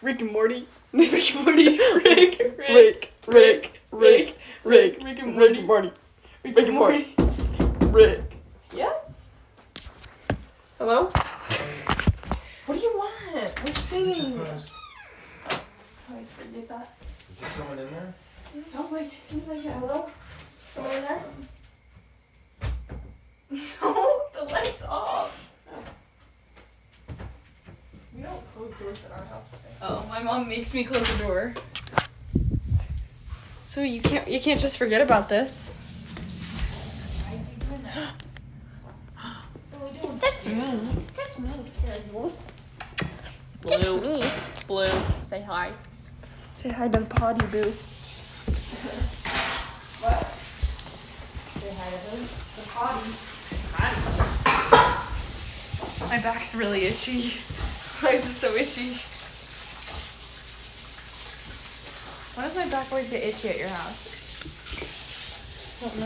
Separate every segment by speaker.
Speaker 1: Rick and Morty.
Speaker 2: Rick and Morty. Rick. Rick.
Speaker 1: Rick. Rick. Rick. Rick.
Speaker 2: Rick and
Speaker 1: Rick
Speaker 2: Morty.
Speaker 1: and Morty. Rick and Morty. Rick.
Speaker 2: Yeah. Hello. What do you want? We're singing.
Speaker 3: Surprise.
Speaker 2: Always forget that.
Speaker 3: Is there someone in there?
Speaker 2: Sounds like seems like a hello. Someone in there? No, the lights off. We don't close doors at our house.
Speaker 4: Oh, my mom makes me close the door. So you can't you can't just forget about this. Blue. me. Blue. Say hi.
Speaker 1: Say hi to the potty boo.
Speaker 4: My back's really itchy. Why is it so itchy? Why does my back always get itchy at your house? Yeah.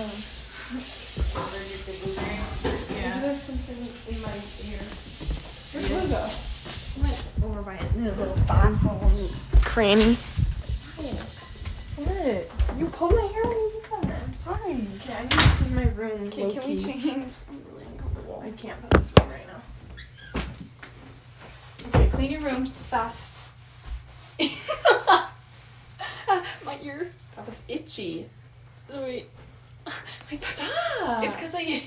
Speaker 4: Over by his little spot.
Speaker 1: Cranny.
Speaker 2: You pulled my hair when you did that.
Speaker 1: I'm sorry. Yeah, I need to clean my room.
Speaker 2: Okay, can we
Speaker 1: low-key.
Speaker 2: change? I'm really uncomfortable.
Speaker 1: I can't put this one right now.
Speaker 2: Okay, clean your room fast. my ear.
Speaker 1: That was itchy.
Speaker 2: So wait. My
Speaker 1: Stop.
Speaker 4: Uh,
Speaker 2: It's because I. It's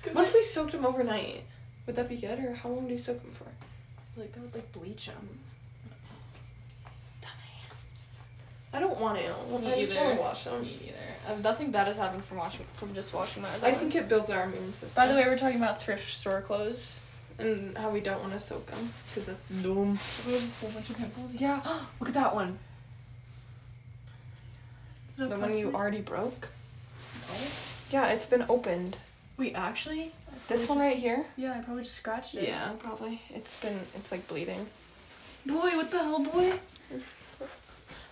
Speaker 2: because
Speaker 1: What if we soaked them overnight? Would that be good, or how long do you soak them for?
Speaker 2: like that would like bleach them. Dumbass.
Speaker 1: I don't want to.
Speaker 4: Me
Speaker 1: I just
Speaker 4: either.
Speaker 1: want to wash them.
Speaker 4: Me either. Um, nothing bad has happened from washing from just washing my other
Speaker 1: I think it
Speaker 4: ones.
Speaker 1: builds our immune system.
Speaker 4: By the way, we're talking about thrift store clothes.
Speaker 1: and how we don't want to soak them because that's dumb.
Speaker 4: We have a whole bunch of pimples. Yeah. Look at that one. Is it a
Speaker 1: The one you
Speaker 4: plastic?
Speaker 1: already broke.
Speaker 4: No.
Speaker 1: Yeah, it's been opened.
Speaker 4: Wait, actually?
Speaker 1: This one right here.
Speaker 4: Yeah, I probably just scratched it.
Speaker 1: Yeah, probably. It's been. It's like bleeding.
Speaker 4: Boy, what the hell, boy?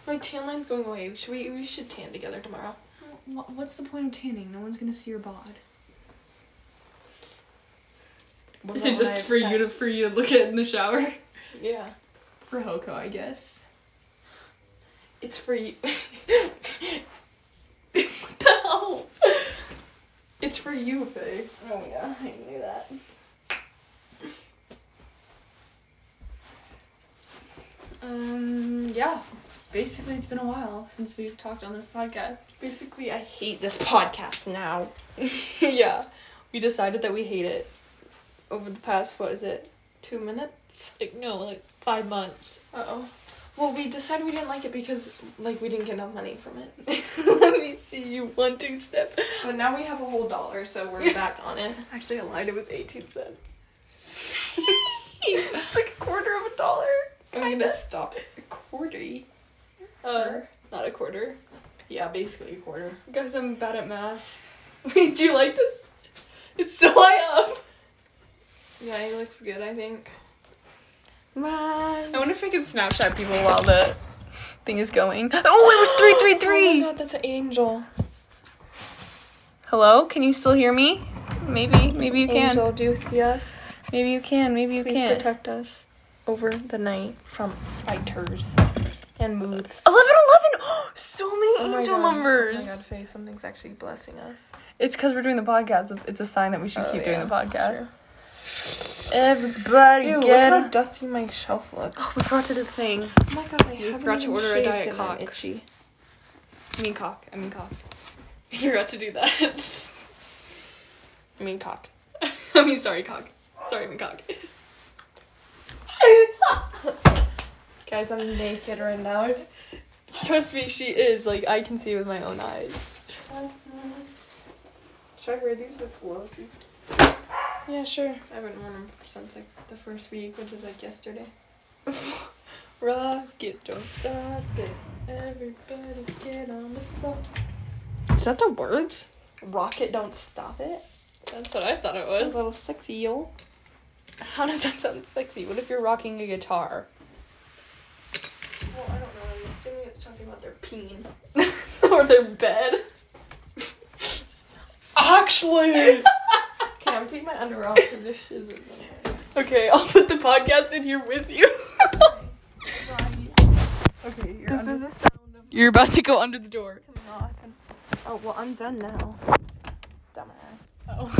Speaker 1: My tan line's going away. Should we? We should tan together tomorrow.
Speaker 4: Wha- What's the point of tanning? No one's gonna see your bod.
Speaker 1: What
Speaker 4: Is
Speaker 1: about when
Speaker 4: it
Speaker 1: I
Speaker 4: just
Speaker 1: have
Speaker 4: for you to
Speaker 1: sex?
Speaker 4: for you to look at in the shower?
Speaker 1: Yeah,
Speaker 4: For Hoko, I guess.
Speaker 1: it's for you.
Speaker 4: What the hell?
Speaker 1: It's for you, Faye.
Speaker 2: Oh yeah, I knew that.
Speaker 4: Um, yeah. Basically, it's been a while since we've talked on this podcast.
Speaker 1: Basically, I hate this podcast now.
Speaker 4: yeah, we decided that we hate it over the past what is it?
Speaker 1: Two minutes.
Speaker 4: Like no, like five months.
Speaker 1: Uh oh. Well, we decided we didn't like it because like we didn't get enough money from it.
Speaker 4: Let me see you one two step.
Speaker 1: But now we have a whole dollar, so we're back on it.
Speaker 4: Actually, I lied. It was eighteen cents. it's like a quarter of a dollar.
Speaker 1: I'm gonna stop at a quarter.
Speaker 4: Uh, not a quarter.
Speaker 1: Yeah, basically a quarter.
Speaker 4: Guys, I'm bad at math. Wait, do you like this? It's so high up.
Speaker 1: Yeah, it looks good, I think.
Speaker 4: I wonder if I can Snapchat people while the thing is going. Oh, it was three three
Speaker 1: Oh my
Speaker 4: three.
Speaker 1: god, that's an angel.
Speaker 4: Hello, can you still hear me? Maybe, maybe you can.
Speaker 1: Angel, do you see us?
Speaker 4: Maybe you can. Maybe you
Speaker 1: Please
Speaker 4: can. not
Speaker 1: protect us over the night from spiders and moths.
Speaker 4: 11 11 so many angel numbers
Speaker 1: Oh my god, Faye, something's actually blessing us.
Speaker 4: it's because we're doing the podcast it's a sign that we should
Speaker 1: Oh,
Speaker 4: keep
Speaker 1: yeah,
Speaker 4: doing the podcast
Speaker 1: sure.
Speaker 4: everybody
Speaker 1: Ew, look
Speaker 4: get
Speaker 1: how dusty my shelf looks.
Speaker 4: oh, we forgot to do the thing
Speaker 1: Oh my god, I
Speaker 4: You
Speaker 1: haven't
Speaker 4: forgot to
Speaker 1: even
Speaker 4: order a
Speaker 1: shaved
Speaker 4: Diet
Speaker 1: and I'm
Speaker 4: Coke.
Speaker 1: Itchy.
Speaker 4: i mean cock i mean cock we forgot to do that
Speaker 1: I mean cock.
Speaker 4: i mean sorry cock sorry i mean cock
Speaker 1: Guys, I'm naked right now.
Speaker 4: trust me she is like i can see with my own eyes
Speaker 1: Should I wear these to school? Yeah, sure. I haven't worn them since like the first week, which was like yesterday.
Speaker 4: rocket don't stop it
Speaker 1: Everybody get on the floor.
Speaker 4: is that the words
Speaker 1: Rocket, don't stop it.
Speaker 4: that's what i thought it
Speaker 1: It's a
Speaker 4: was
Speaker 1: little sexy yo.
Speaker 4: how does that sound sexy what if you're rocking a guitar
Speaker 1: Well, I don't know. I'm assuming it's talking about their peen.
Speaker 4: or their bed
Speaker 1: Actually. Can I'm taking my underwear off because there's shizzles in
Speaker 4: Okay, I'll put the podcast in here with you.
Speaker 1: there.
Speaker 4: Mm-hmm. You're about to go under the door.
Speaker 5: Oh well, I'm done now.
Speaker 1: Dumbass.
Speaker 4: Oh.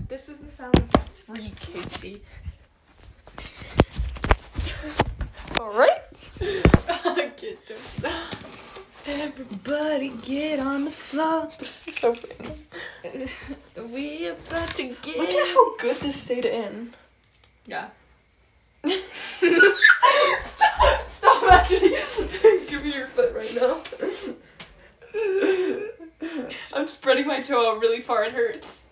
Speaker 1: This is the sound of free Casey.
Speaker 4: All right.
Speaker 1: Get them.
Speaker 4: Everybody get on the floor.
Speaker 5: This is so funny.
Speaker 4: We about to get.
Speaker 5: Look at how good this stayed in.
Speaker 4: Yeah.
Speaker 1: Stop! Stop! Actually, give me your foot right now.
Speaker 4: I'm spreading my toe out really far. It hurts.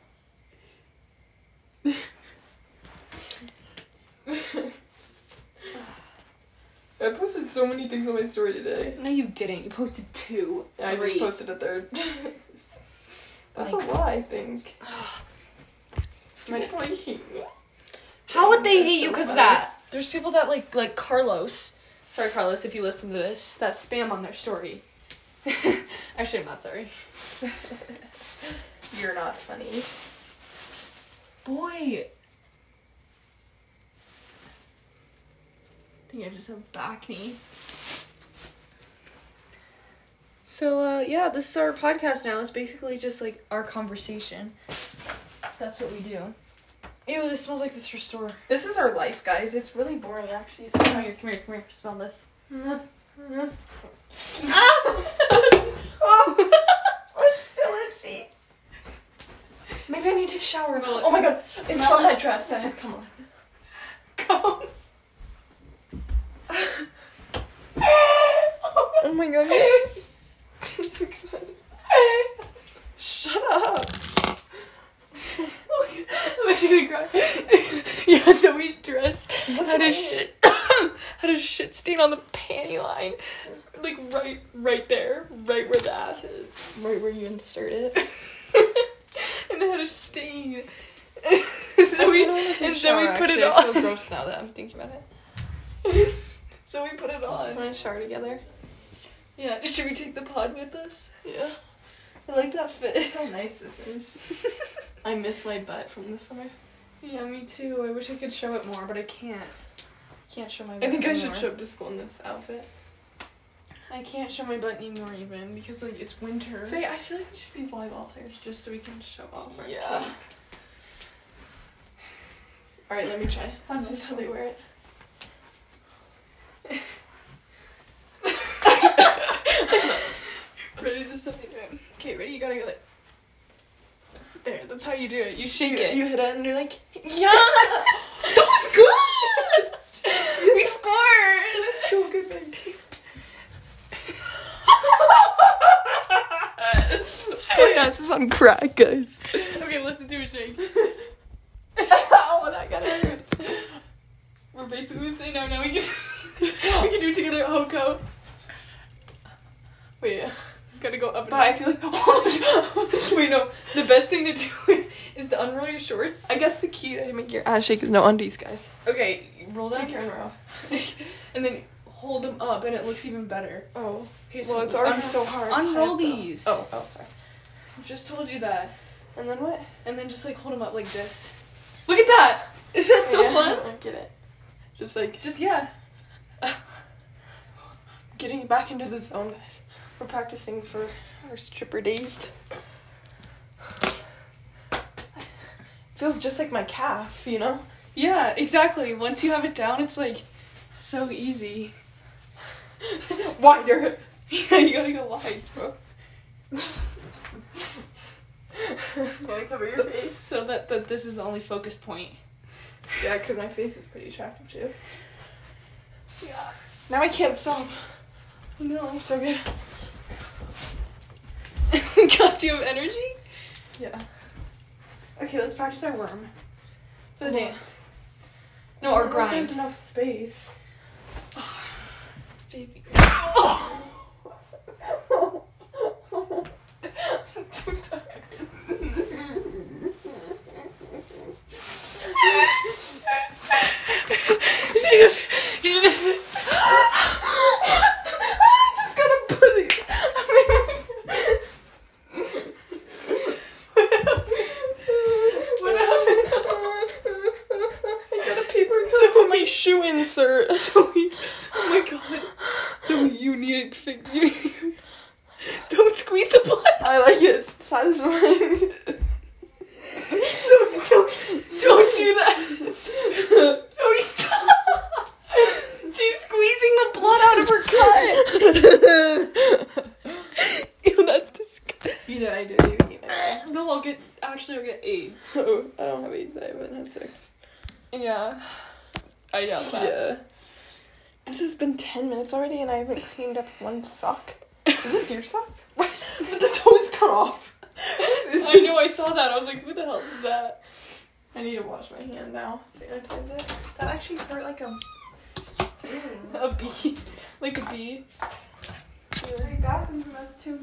Speaker 5: I posted so many things on my story today.
Speaker 4: No, you didn't. You posted two.
Speaker 5: I just
Speaker 4: Three.
Speaker 5: posted a third. That's
Speaker 4: Like-
Speaker 5: a lie, I think.
Speaker 4: My-
Speaker 5: People hate me.
Speaker 4: How would they hate
Speaker 5: That's
Speaker 4: you
Speaker 5: so
Speaker 4: because of
Speaker 5: funny.
Speaker 4: that? There's people that like like Carlos. Sorry, Carlos, if you listen to this, that spam on their story. Actually, I'm not sorry.
Speaker 5: You're not funny.
Speaker 4: Boy. I think I just have back knee. So uh, yeah, this is our podcast now. It's basically just like our conversation. That's what we do. Ew, this smells like the thrift store.
Speaker 1: This is our life, guys. It's really boring, actually. Oh.
Speaker 4: Come here, come here, come here. Smell this.
Speaker 5: It's still itchy.
Speaker 1: Maybe I need to shower.
Speaker 4: Smell it.
Speaker 1: Oh my god, it's
Speaker 4: Smell
Speaker 1: from my
Speaker 4: it.
Speaker 1: dress. Then. Come on.
Speaker 4: Come.
Speaker 5: Oh my god. yes. Shut up.
Speaker 4: I'm actually gonna cry.
Speaker 5: Yeah, so we dressed
Speaker 4: at
Speaker 5: had a
Speaker 4: it.
Speaker 5: shit had a shit stain on the panty line. Like right right there. Right where the ass is. Right where you insert it. and it had a stain. so we and then we put it
Speaker 1: I feel
Speaker 5: on.
Speaker 1: gross now that I'm thinking about it.
Speaker 5: So we put it on.
Speaker 1: to shower together.
Speaker 5: Yeah. Should we take the pod with us?
Speaker 1: Yeah.
Speaker 5: I like that fit.
Speaker 1: How nice this is. I miss my butt from this summer.
Speaker 4: Yeah, me too. I wish I could show it more, but I can't. Can't show my.
Speaker 1: I
Speaker 4: Butt
Speaker 1: think I should
Speaker 4: anymore.
Speaker 1: show up to school in this outfit.
Speaker 4: I can't show my butt anymore even because like it's winter.
Speaker 1: Faye, I feel like we should be volleyball players just so we can show off our
Speaker 5: Yeah.
Speaker 1: All right, let me try.
Speaker 4: That's
Speaker 1: This is how they wear it.
Speaker 5: Ready this up Okay, ready? You gotta go like There, that's how you do it. You shake
Speaker 1: you,
Speaker 5: it.
Speaker 1: You hit it and you're like,
Speaker 5: yeah! that was good! we scored!
Speaker 1: that is so good, babe.
Speaker 5: My ass is on crack, guys.
Speaker 4: Okay, let's do a shake.
Speaker 1: oh, that got hurt.
Speaker 4: We're basically saying no. Now we can we can do it together at Hoko.
Speaker 1: Wait,
Speaker 4: Gotta go up. And
Speaker 1: but I
Speaker 4: Bye.
Speaker 1: feel like, oh my god.
Speaker 4: Wait, no. The best thing to do is to unroll your shorts.
Speaker 1: I guess the key to make your ass shake is no undies, guys.
Speaker 4: Okay, roll down
Speaker 1: Take your
Speaker 4: your
Speaker 1: underwear off.
Speaker 4: and then hold them up, and it looks even better.
Speaker 1: Oh.
Speaker 4: Okay,
Speaker 1: Well, it's already
Speaker 4: unro-
Speaker 1: so hard.
Speaker 4: Unroll
Speaker 1: Hide, though.
Speaker 4: these.
Speaker 1: Oh, oh, sorry.
Speaker 4: Just told you that.
Speaker 1: And then what?
Speaker 4: And then just like hold them up like this. Look at that! Is that so
Speaker 1: Yeah,
Speaker 4: fun?
Speaker 1: I get it. Just like
Speaker 4: Just yeah.
Speaker 1: getting back into the zone, guys. We're practicing for our stripper days. Feels just like my calf, you know?
Speaker 4: Yeah, exactly. Once you have it down, it's like so easy.
Speaker 1: Wider.
Speaker 4: yeah, you gotta go wide, bro.
Speaker 1: Gotta cover your face.
Speaker 4: So that, that this is the only focus point.
Speaker 1: Yeah, because my face is pretty attractive too.
Speaker 4: Yeah.
Speaker 1: Now I can't stop. No, I'm so good.
Speaker 4: God, do you have energy?
Speaker 1: Yeah.
Speaker 4: Okay, let's practice our worm. For the
Speaker 1: Worm.
Speaker 4: dance. No, our
Speaker 1: Like, There's
Speaker 4: grind.
Speaker 1: enough space.
Speaker 4: Baby.
Speaker 1: I'm too tired.
Speaker 4: she just she just
Speaker 1: I just gotta put it.
Speaker 4: What
Speaker 1: I got a paper cut for my shoe insert.
Speaker 4: So we, oh my god. So you need to fix you.
Speaker 5: Don't squeeze the blood.
Speaker 1: I like it. It's satisfying.
Speaker 5: Don't, don't, don't do that. Zoe, stop. She's squeezing the blood out of her cut. Ew, that's disgusting.
Speaker 1: you know I do. You know. I
Speaker 5: Then I'll get, actually, I'll get AIDS.
Speaker 1: do. Oh, Eh. I don't have AIDS. I haven't had sex.
Speaker 5: Yeah. I doubt that.
Speaker 1: Yeah. This has been ten minutes already, and I haven't cleaned up one sock. Is this your sock? What? the toe is cut off. This is-
Speaker 5: I know, I saw that. I was like, who the hell is that?
Speaker 1: I need to wash my hand now. Sanitize it. That actually hurt like a.
Speaker 5: A bee. Like a bee.
Speaker 1: My bathroom's a mess too,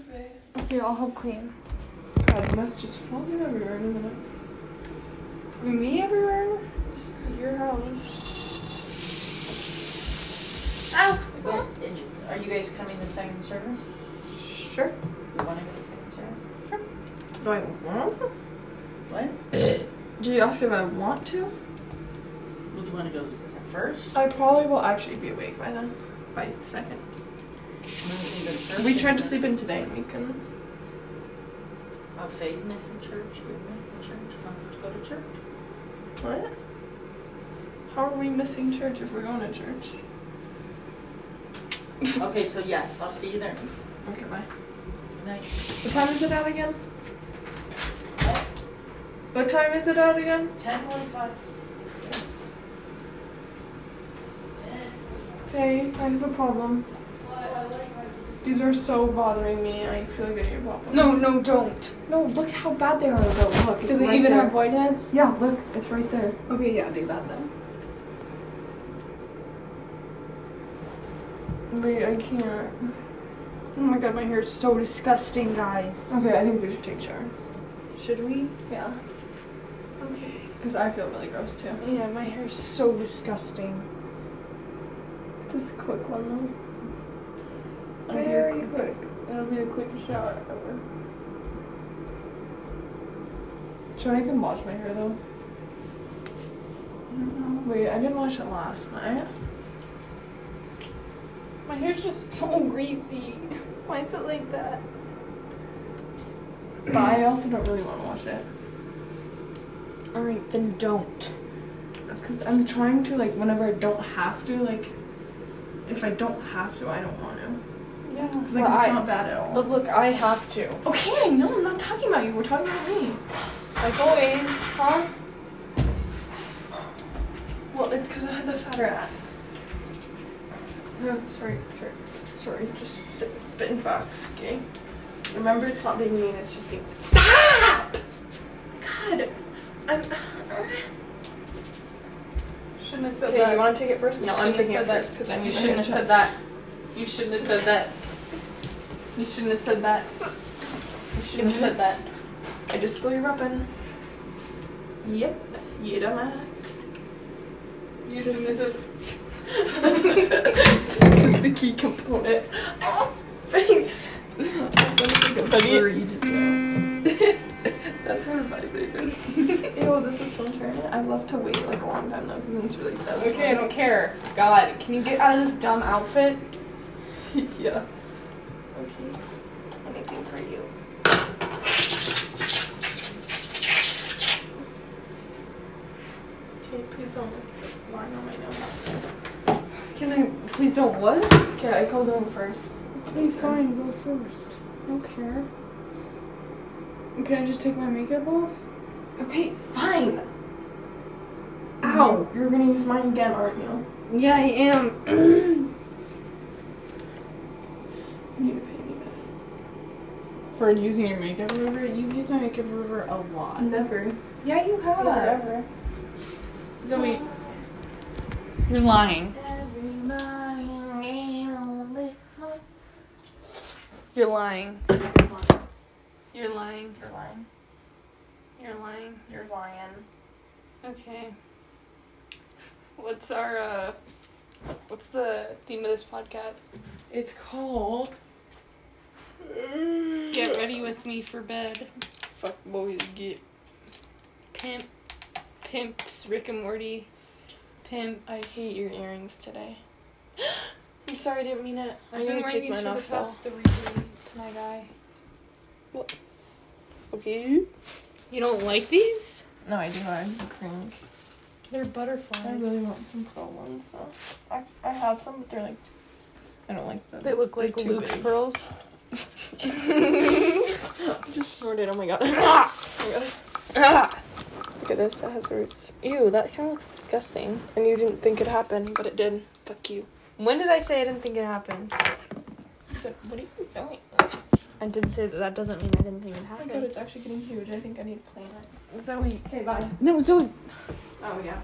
Speaker 1: babe.
Speaker 4: Here, I'll help clean.
Speaker 1: God, the mess just falling everywhere in a minute. Me everywhere? This is your house. Ah, Ow!
Speaker 3: Are you guys coming to second service?
Speaker 1: Sure.
Speaker 3: You want to go to second service?
Speaker 1: Do I want to?
Speaker 3: What?
Speaker 1: Did you ask if I want to?
Speaker 3: Would you want to go s- first?
Speaker 1: I probably will actually be awake by then. By second. We tried to sleep in today and we couldn't.
Speaker 3: Oh, Faye's missing church. You're missing church. Want to go to church?
Speaker 1: What? How are we missing church if we're going to church?
Speaker 3: okay, so yes, I'll see you there.
Speaker 1: Okay, bye.
Speaker 3: Good night.
Speaker 1: What time is it out again?
Speaker 3: What?
Speaker 1: What time is it out again?
Speaker 3: Ten forty-five.
Speaker 1: Hey, I have a problem. These are so bothering me. I feel like I need a problem.
Speaker 5: No, no, don't.
Speaker 1: no, look how bad they are though. Look, it's
Speaker 4: Do they
Speaker 1: right
Speaker 4: even
Speaker 1: there.
Speaker 4: have white heads?
Speaker 1: Yeah, look, it's right there. Okay, yeah, do that then. Wait, I can't.
Speaker 4: Oh my god, my hair is so disgusting, guys.
Speaker 1: Okay, I think we should take showers.
Speaker 4: Should we?
Speaker 1: Yeah.
Speaker 4: Okay.
Speaker 1: Because I feel really gross too.
Speaker 4: Yeah, my hair's so disgusting.
Speaker 1: Just a quick one though. It'll be a
Speaker 4: Very
Speaker 1: quick. It'll be a quick shower. Should I even wash my hair though? I don't know. Wait, I didn't wash it last night.
Speaker 5: My hair's just so greasy.
Speaker 1: Why is it like that? But I also don't really want to wash it.
Speaker 4: Alright, then don't.
Speaker 1: Because I'm trying to, like, whenever I don't have to, like, if I don't have to, I don't want to.
Speaker 4: Yeah.
Speaker 1: Because, like,
Speaker 4: but,
Speaker 1: it's
Speaker 4: I,
Speaker 1: not bad at all.
Speaker 4: but look, I have to.
Speaker 1: okay, I know, I'm not talking about you, we're talking about me.
Speaker 4: Like always, huh?
Speaker 1: Well, it's because I had the fatter ass. No, sorry, sorry, sorry, just spit- spitting facts, okay? Remember, it's not being mean, it's just being. Stop! God, I'm.
Speaker 5: Shouldn't have said
Speaker 1: Okay, you want to take it first?
Speaker 5: You
Speaker 1: No, I'm
Speaker 5: shouldn't have
Speaker 1: taking it
Speaker 5: said that.
Speaker 1: first because I
Speaker 5: You
Speaker 1: need my
Speaker 5: shouldn't
Speaker 1: hair
Speaker 5: have
Speaker 1: checked.
Speaker 5: said that. You shouldn't have said that. You shouldn't have said that. You shouldn't have said that.
Speaker 1: I just stole your weapon. Yep, you dumbass.
Speaker 5: You
Speaker 1: This
Speaker 5: shouldn't have
Speaker 1: is,
Speaker 5: said
Speaker 1: this is the key component. I want face. I sounded like a
Speaker 5: Funny.
Speaker 1: furry just now. That's her vibrating. Ew, this is so turning. I love to wait like a long time though because it's really satisfying.
Speaker 4: Okay, I don't care. God, can you get out of this dumb outfit?
Speaker 1: yeah. Okay. Anything for you. Okay, please don't put line on my nose.
Speaker 4: Can I please don't what?
Speaker 1: Okay, I called him first.
Speaker 4: Okay, fine, go first. I don't care. Can I just take my makeup off?
Speaker 1: Okay, fine. Ow, you're gonna use mine again, aren't you?
Speaker 4: Yeah, I am.
Speaker 1: You need to pay me back.
Speaker 4: For using your makeup remover, you've used my makeup remover a lot.
Speaker 1: Never.
Speaker 4: Yeah, you have.
Speaker 1: Never.
Speaker 4: Zoe, you're lying. You're lying. You're lying.
Speaker 1: You're lying.
Speaker 4: You're lying.
Speaker 1: You're lying.
Speaker 4: Okay. What's our uh what's the theme of this podcast?
Speaker 1: It's called.
Speaker 4: Get ready with me for bed.
Speaker 1: Fuck boys get.
Speaker 4: Pimp pimps Rick and Morty. Pimp
Speaker 1: I hate your earrings today.
Speaker 4: I'm
Speaker 1: sorry, I didn't mean it. I
Speaker 4: I've been
Speaker 1: need to
Speaker 4: wearing
Speaker 1: take
Speaker 4: these
Speaker 1: mine
Speaker 4: for the
Speaker 1: off though.
Speaker 4: past three weeks, my guy.
Speaker 1: Okay.
Speaker 4: You don't like these?
Speaker 1: No, I do. I think
Speaker 4: They're butterflies.
Speaker 1: I really want some pearl ones though. I, I have some, but they're like, I don't like them.
Speaker 4: They look
Speaker 1: They're
Speaker 4: like
Speaker 1: too
Speaker 4: Luke's
Speaker 1: big.
Speaker 4: pearls.
Speaker 1: I just snorted. Oh my god. oh my god.
Speaker 4: Ah!
Speaker 1: Look at this. That has roots. Ew, that kind of looks disgusting. And you didn't think it happened, but it did. Fuck you.
Speaker 4: When did I say I didn't think it happened?
Speaker 1: I said, what are you doing?
Speaker 4: I did say that. That doesn't mean I didn't think it
Speaker 1: Oh my
Speaker 4: happened.
Speaker 1: god, it's actually getting huge. I think I need to plan it.
Speaker 4: Zoe.
Speaker 1: Okay, bye.
Speaker 4: No, Zoe.
Speaker 1: Oh yeah.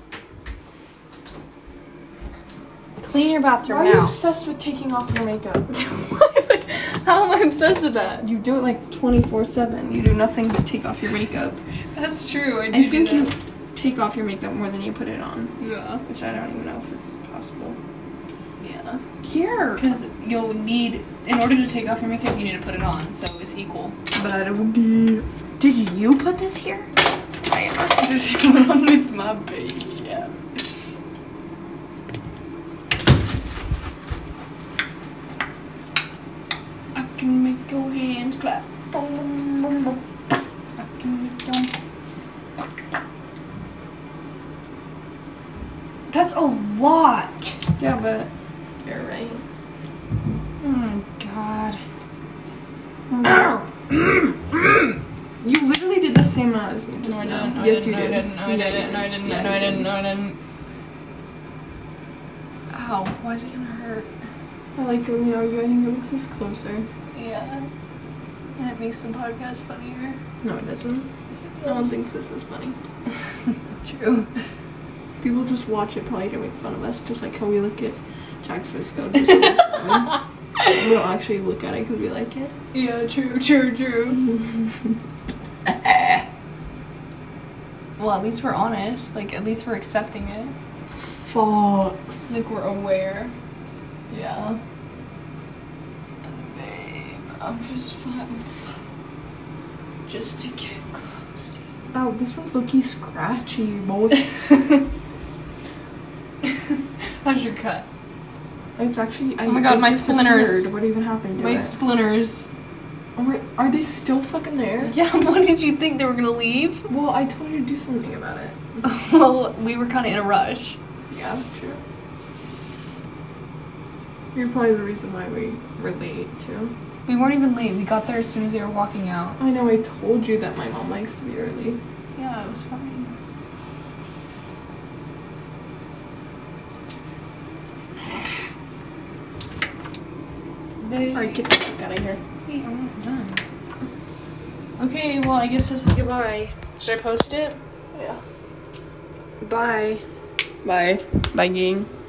Speaker 4: Clean your bathroom
Speaker 1: Why are you
Speaker 4: now.
Speaker 1: obsessed with taking off your makeup?
Speaker 4: How am I obsessed with that?
Speaker 1: You do it like 24 7. You do nothing but take off your makeup.
Speaker 4: That's true. I, do
Speaker 1: I think
Speaker 4: do
Speaker 1: you
Speaker 4: that.
Speaker 1: take off your makeup more than you put it on,
Speaker 4: Yeah.
Speaker 1: which I don't even know if it's possible.
Speaker 4: Yeah.
Speaker 1: Here!
Speaker 4: Because you'll need, in order to take off your makeup, you need to put it on, so it's equal.
Speaker 1: But it would be. Did you put this here? I am.
Speaker 4: This is what I'm with my baby.
Speaker 1: Yeah. I can make your hands clap. Boom, boom, boom, boom. I can make your
Speaker 4: That's a lot.
Speaker 1: Yeah, but you're right.
Speaker 4: Oh my god.
Speaker 1: You literally did the same amount as me
Speaker 4: No, I
Speaker 1: just now.
Speaker 4: didn't. No,
Speaker 1: yes,
Speaker 4: I
Speaker 1: you did.
Speaker 4: didn't. No, I
Speaker 1: Yeah,
Speaker 4: didn't. No, I
Speaker 1: you
Speaker 4: didn't. No, I
Speaker 1: Yeah,
Speaker 4: didn't. No,
Speaker 1: you
Speaker 4: I
Speaker 1: did.
Speaker 4: didn't. No, I didn't. Ow. Why is it gonna hurt?
Speaker 1: I like when we argue. I think it makes us closer.
Speaker 4: Yeah. And it makes the podcast funnier.
Speaker 1: No, it doesn't.
Speaker 4: Yes, it
Speaker 1: No one
Speaker 4: does.
Speaker 1: thinks this is funny.
Speaker 4: True.
Speaker 1: People just watch it probably to make fun of us, just like how we look at Jack's Frisco. Just to make fun. we don't actually look at it because we like it.
Speaker 4: Yeah, true, true, true. well, at least we're honest. Like, at least we're accepting it.
Speaker 1: Fox.
Speaker 4: Like, we're aware. Yeah. Babe, I'm just fine. Just to get close to you.
Speaker 1: Oh, this one's looking scratchy, boy.
Speaker 4: How's your cut?
Speaker 1: it's actually. I,
Speaker 4: Oh my God,
Speaker 1: it
Speaker 4: my splinters.
Speaker 1: disappeared. What even happened to
Speaker 4: My
Speaker 1: it?
Speaker 4: splinters.
Speaker 1: Oh my- are they still fucking there?
Speaker 4: Yeah, what did you think they were gonna leave?
Speaker 1: Well, I told you to do something about it.
Speaker 4: well, we were kind of in a rush.
Speaker 1: Yeah, true. You're probably the reason why we were late too.
Speaker 4: We weren't even late. We got there as soon as they were walking out.
Speaker 1: I know I told you that my mom likes to be early.
Speaker 4: Yeah, it was fine.
Speaker 1: Alright, get the fuck out of here.
Speaker 4: Wait, I'm not done. Okay, well, I guess this is goodbye. Should I post it?
Speaker 1: Yeah.
Speaker 4: Bye.
Speaker 1: Bye. Bye gang.